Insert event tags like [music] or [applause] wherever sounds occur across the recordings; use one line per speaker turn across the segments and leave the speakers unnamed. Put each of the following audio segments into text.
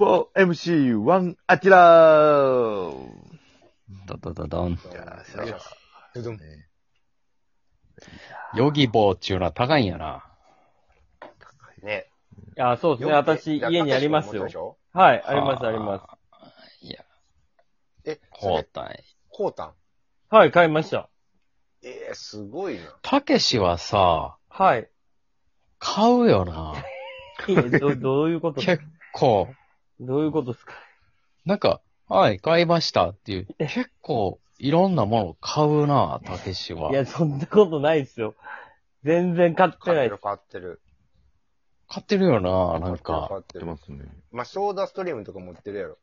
4MC1 アキラー
ドドドドン。
いやーさ
うどん。
ヨギボーっちゅうのは高いんやな。
ね。
あ、そうですね。私、家にありますよ。はい、あります、
はあ
あります。
え、そ
ほう
れ、
たい。
こうたん。
はい、買いました。
えー、すごいな。
たけしはさ、
はい。
買うよな。
いいねどどういうこと
結構、
どういうことですか。
なんか、はい、買いましたっていう。結構、いろんなもの買うな、たけしはい
や、そんなことないですよ。全然買って
買
な
って
い
る、
です。
買ってる。
買ってるよな、なん
買
か。
って
やって
る。
ますね。
まあ、ソーダストリームとか持ってるやろ。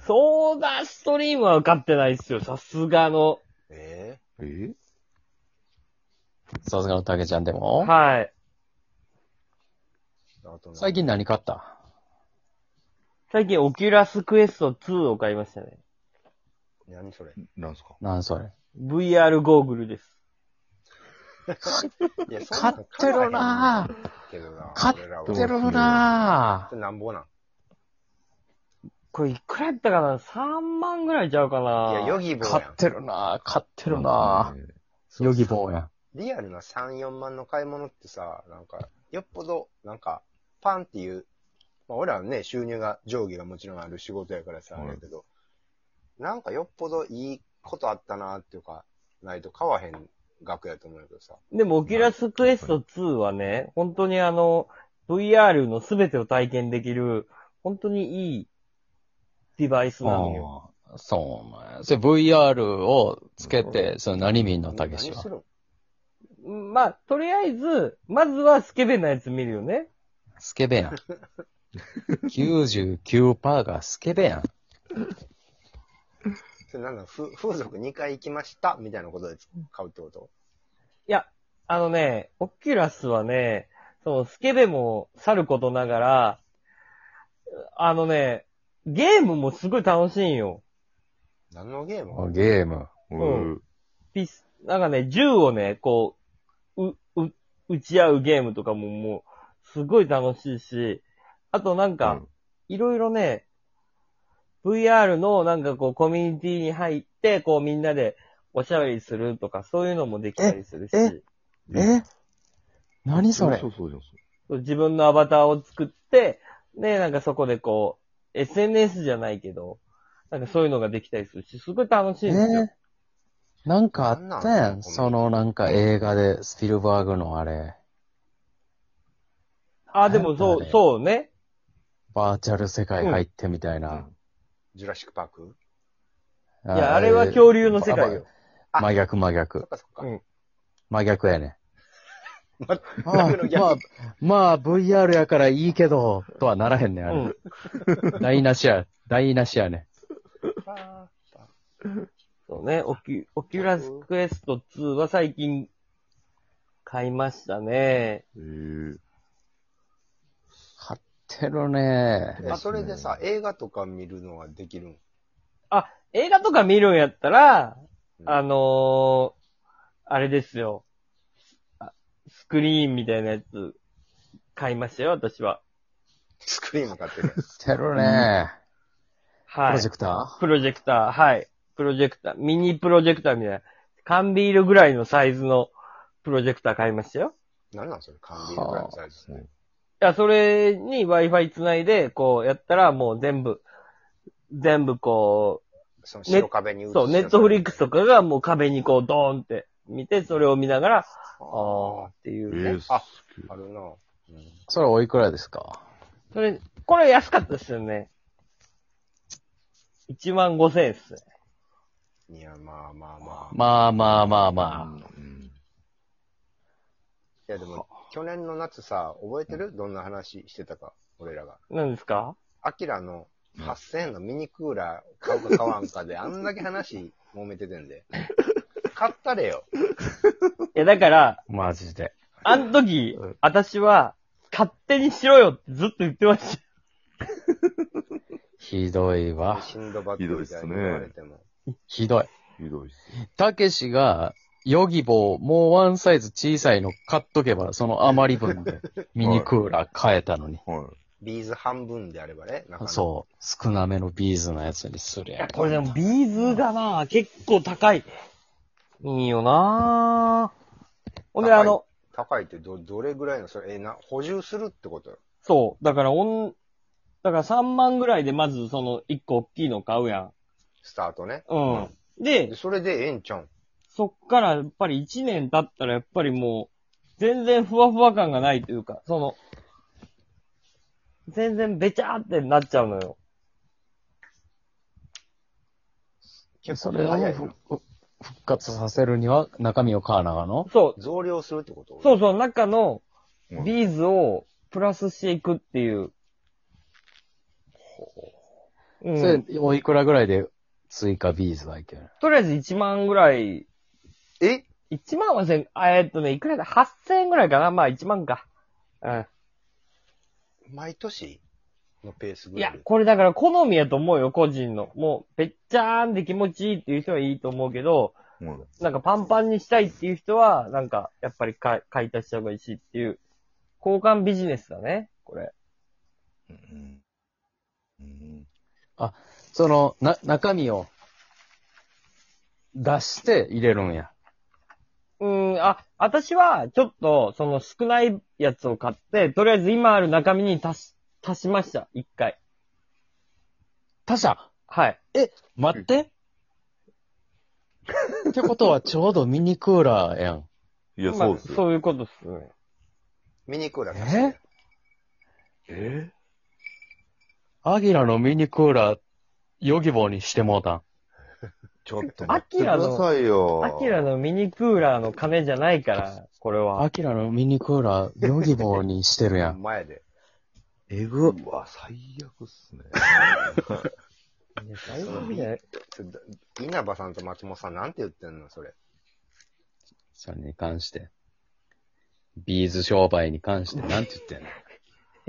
ソーダストリームは買ってないですよ。さすがの。
え
え
さすがのたけちゃんでも。
はい。
ー、あと
最近何買った
最近、オキュラスクエスト2を買いましたね。
何何そ
[laughs]
れ。
なんすか
なんそれ。
VR ゴーグルです。
いや、そん
買
な
っ
ん
てる
買わ
な
へんけどな。
買っ
俺らは
買ってるな
それなんぼなん。
これ、いくらやったかな ?3 万ぐらいちゃうか
い
な
や、ヨギボー
買
やん
っ。てるな買ってるな
なんすかね
ヨギボーやん。
リアルな3、4万の買い物ってさ、なんか、よっぽど、なんか、パンっていう、まあ、俺らはね、収入が、上下がもちろんある仕事やからさ、
は
あ
い
れやけど、なんかよっぽどいいことあったなっていうか、ないと買わへん額やと思うんやけどさ。
でも、オキュラスクエスト2はね、本当にあの、VR のすべてを体験できる、本当にいいデバイスなんよ。
あーそうなんや。それ VR をつけて、その何見んのたけし
何
は
す。るん
まあ、とりあえず、まずはスケベなやつ見るよね。
スケベやん。99%がスケベやん。
それなんだ、ふ風俗2回行きましたみたいなことで買うってこと
あのね、オキュラスはね、そのスケベもさることながら、あのね、ゲームもすごい楽しいんよ。
何のゲーム
あゲーム。
うん
う
ピス、なんかね、銃をね、こう、う、う、撃ち合うゲームとかももう、すごい楽しいし、あとなんか、いろいろね、VR のなんかこうコミュニティに入って、こうみんなでおしゃべりするとか、そういうのもできたりするし、
ええ何それ
そうそうそう
自分のアバターを作って、ね、なんかそこでこう、SNS じゃないけど、なんかそういうのができたりするし、すごい楽しいんですよ。
えなんかあったやん。
なんなん
そのなんか映画で、スピルバーグのあれ、
あ、でもそ
なんだあ
う、
れ
そうね。
バーチャル世界入ってみたいな。
ジュラシックパーク
い
いや、あれは恐竜の世界よ。。
あ
真逆真
そっ
逆。
かそっか。
うん
真逆やね。
ま
あ
真逆の逆
まあ、まあ、VR やからいいけど、とはならへんねん、あ
う
れ。
ん。
台無しや、台無しやね。
あ
そうね、オキュ、オキュラスクエスト2は最近買いましたね。
そう。え
買ってるね。
ーあそれでさ、映画とか見るのはできるん
映画とか見るんやったら、
うん
あのー、あれですよ。あスクリーンみたいなやつ買いましたよ、私は。
スクリーンも買ってる。
買ってるね。プ
は
ロ
い
ジェ。クタ
プロジェクター、はい。プロジェクター、ミニプロジェクターみたいな。缶ビールぐらいのサイズのプロジェクター買いましたよ。
何なんそれ缶ビールぐらいのサイズね。
いや、それに Wi-Fi つないで、こうやったらもう全部、全部こう、
その白壁に映
そう、ネットフリッ
ク
クスとかがもう壁にこうドーンって見て、それを見ながら、あーってい
え
う、ね
ー、
あ
すげえ
あるな。うん
ー。それおいくらですか
それ、これ安かったですよね。1万5千円っすね。
いや、まあまあまあ。い
まあまあまあまあ。
うん
や、でも、去年の夏さ、覚えてるどんな話してたか、俺らが。
何ですか
アキラの8000円のミニクーラー買うか買わんか
[laughs]
で、あんだけ話揉めててんで。買ったれよ。
いや、だから、
マジで。
あの時
うん、
私は、勝手にしろよってずっと言ってました。
ひどいわ。
シンドバッドみたいに言われても。
ひどい。
ひどいっす。
たけしが、ヨギボー、もうワ [laughs] ンサイズ小さいの買っとけば、その余り分で、ミニクーラー買えたのに。
は
ビーズ半分であればね、なかなか
そう。少なめのビーズのやつにするやん。
これでもビーズがな、結構高い。いいよなほんで、
高い
あの、
高いってど、どれぐらいの、それ、え、な、補充するってことよ。
そう。だから、おん、だから3万ぐらいでまずその1個大きいの買うや
スタートね。
ん。うん。
で、
で、
それでええんちゃうん。
そっからやっぱり1年経ったらやっぱりもう、全然ふわふわ感がないというか、その、全然べちゃーってなっちゃうのよ。
結
そ
構
れを
早い
ふ
な。
復活させるには、中身を買わなあかんの
そう。
増量するってこと。
そううそう、中の
うん
ビーズをプラスしていくっていう。う
それ
ん。、
おいくらぐらいで追加ビーズはいける
とりあえず1万ぐらい、
え
1万はせん、あえっとね、いくらだ ?8000 円ぐらいかなまあ1万か。うん。
毎年のペースぐ
い
らい
や
で。、
これだから好みやと思うよ、個人の。もう、べっちゃーんで気持ちいいっていう人はいいと思うけど、
うん。
なんかパンパンにしたいっていう人は、なんか、やっぱり買い買い足した方がいいしっていう、交換ビジネスだね、これ。
うん。
その、な、中身を出して入れるんや。
うーん、あ、私は、ちょっと、その少ないやつを買って、とりあえず今ある中身に足し、足しました、一回。
他社
はい。
待って、ってことはちょうどミニクーラーやん。
いや、
まあ
そうですよ。
そういうことっすね。
ミニクーラー貸して
ええアギラのミニクーラー、ヨギボーにしてもうたん。
ちょっと
ア
待って
キ
く
ラ
だ
の、
さいよ。
アキラのミニクーラーの金じゃないから、これは。
アキラのミニクーラー、ヨギボーにしてるや
や。
ん。
前で。
え
う
ぐ。
わ、最悪っすね。
いや大丈夫じゃない
ちょっと稲葉さんと松本さんなんて言ってんのそれ。
それに関して。ビーズ商売に関して、なんて言ってんの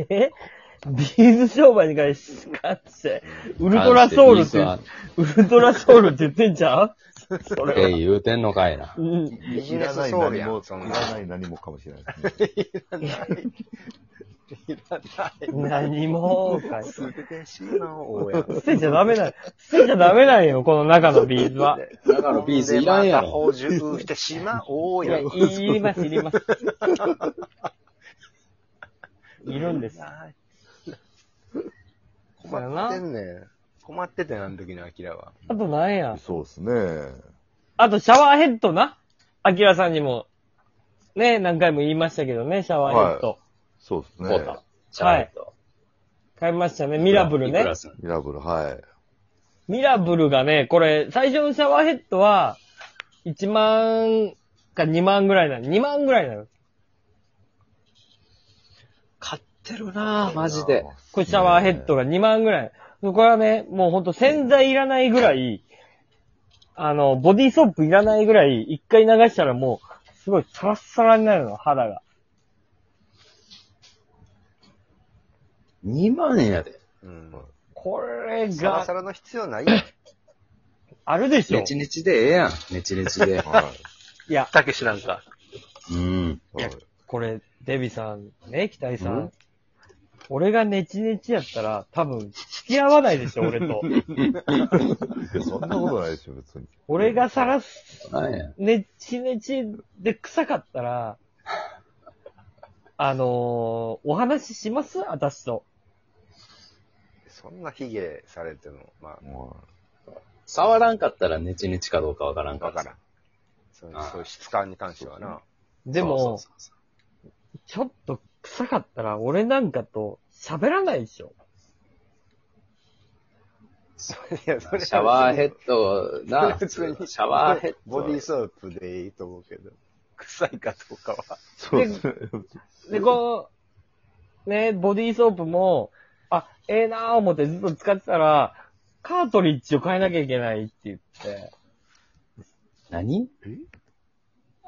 えビーズ商売に関して、ウルトラソウルって、ウルトラソウルって言ってんじゃんそ
え
れは。
え言うてんのかいな。
うん。
ビジ
い
ネ
らな
ス
い
ソウル
何
や
も、
ん。
い
そ
ら
んな。
ない何もかもしれないですね。
何も、かい。捨
すげえしいな、大家。
てちゃダメだ。捨てちゃダメなんよ、この中のビーズは。
だからビーズいらんや
でまた
ろ。
補充してしまおう
い
や
や、い
ん。
ります、いります。いるんです。
困ってんねん。困っててな、あの時のアキラは。
あとなんや。
そうっすね。
あとシャワーヘッドな。アキラさんにも、ね、何回も言いましたけどね、シャワーヘッド。
そうっす
こ
ね
う。た。ちゃんと。
買いましたね、ミラブル
い
ね
く。らすん
ミラブル、はい。
ミラブルがね、これ、最初のシャワーヘッドは、1万か2万ぐらいなの。2万ぐらいなの。
買ってるなぁ、マジ
い
で
や。。
これシャワーヘッドが2万ぐらい。これはね、もうほんと洗剤いらないぐらい、あの、ボディーソープいらないぐらい、一回流したらもう、すごいサラッサラになるの、肌が。
2万円やで。
うん。
これ
サラサ
が、
ラの必要ないやん。
あるでしょ
ネチネチでええやん。ネチネチ [laughs] で。
はい
や、
たけしなんか。
うん。
い。はい。
これ、デビさん、ね、北井さ
うん
ん。俺がネチネチやったら、多分、付き合わないでしょ、俺
[laughs]
と。
いや、そんなことないでしょ、別に。
俺がさらす、
なんや
ネチネチで臭かったら、あのー、お話しします私と。
そんなヒゲされても、ま
も
触らんかったらネチネチかどうかわから
あ、
ん
わ
ら
からん。そうそういう質感に関してはな。
でも、
そうそうそう
ちょっと臭かったら、俺なんかと喋らないでしょ。
いや、そ
シャワーヘ
ッ
ッドな、
普
普
通
通
に
に。シャワーヘッド。
ボディーソープでいいと思うけど。臭いかどうかは。
そうですね。
で、こう、ね、ボディーソープも、あ、ええなぁ思ってずっと使ってたら、カートリッジを変えなきゃいけないって言って、
何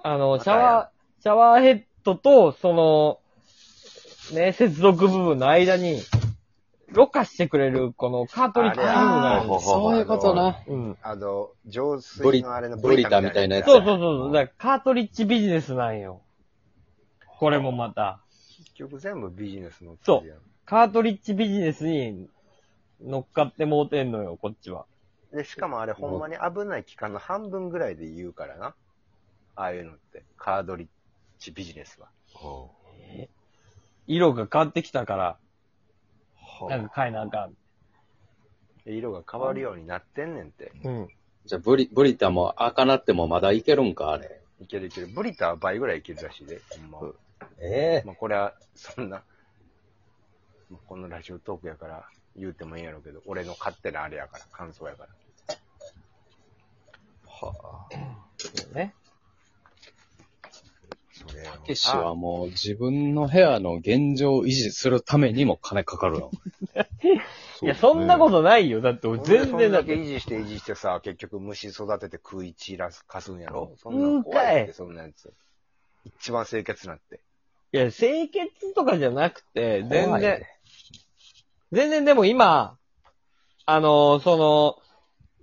あの、シャワー、シャワーヘッドと、その、ね、接続部分の間に、ろ過してくれる、このカートリッジ部分があ
あ
る
れ
の。
そういうことな。
うん。
あの、浄
ブリ
水のあれの
ブリタみたいなやつ
そう
や
そうそう。だからカートリッジビジネスなんよ。これもまた。
結局全部ビジネスの。
そう。カートリッジビジネスに乗っかってもうてんのよ、こっちは。
で、しかもあれ、ほんまに危ない期間の半分ぐらいで言うからな。ああいうのって、カードリッジビジネスは。
は
色が変わってきたから、
な
なんん
か
か変えなあかん。
で色が変わるようになってんねんって。
うん。
じゃあ、ブリ、ブリタも赤なってもまだいけるんか、あれ。
いけるいける。ブリタは倍ぐらいいけるらしいで。ほんま
うん
ええ
まあ、これは、そんな、まあこのラジオトークやから言うてもいいんやろうけど、俺の勝手なあれやから、感想やから。
は。
そうね。
それ
たけしはもう自分の部屋の現状を維持するためにも金かかるの。
いや、そんなこととないよ。だって俺全然だ
だ
っ
け
て。
維持して維持してさ、結局虫育てて食い散らす、かすんやろそ
うん
なん
ん
怖
か
い
い
って、そんなやつ。一番清潔なって。
いや、清潔とかじゃなくて、全
怖い
然
ね、
全然でも今、あのーその、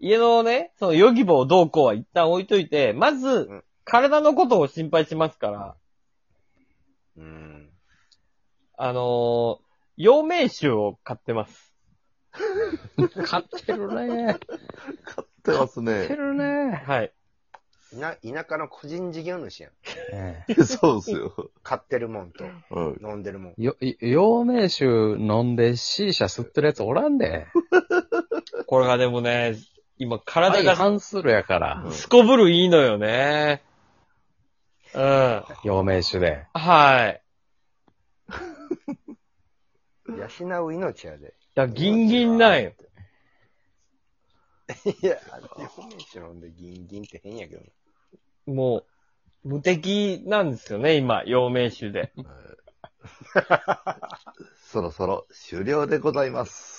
家のね、その、ヨギボーどうこうは一旦置いといて、まず
うん、
体のことを心配しますから、
うん。
あのー陽明酒を買ってます。
買ってる
買っ
ね。
てます
買って
ね。
るね。
はい。
な、田舎の個人事業主やん。
え
いや [laughs] そうっすよ。
買ってるもんと、
うん。
飲んでるもん。
えよ、い陽明酒飲んで C 社吸ってるやつおらんで。
これがでもね、今、体
相
が
反するやから、
すこぶるいいのよね。うん。
陽明酒で。
はい。
養う命やで。
だからギンギンなんよ。
いや、日名酒飲んでギンギンって変やけどな。
もう、無敵なんですよね、今、陽明酒で。
そろそろ終了でございます。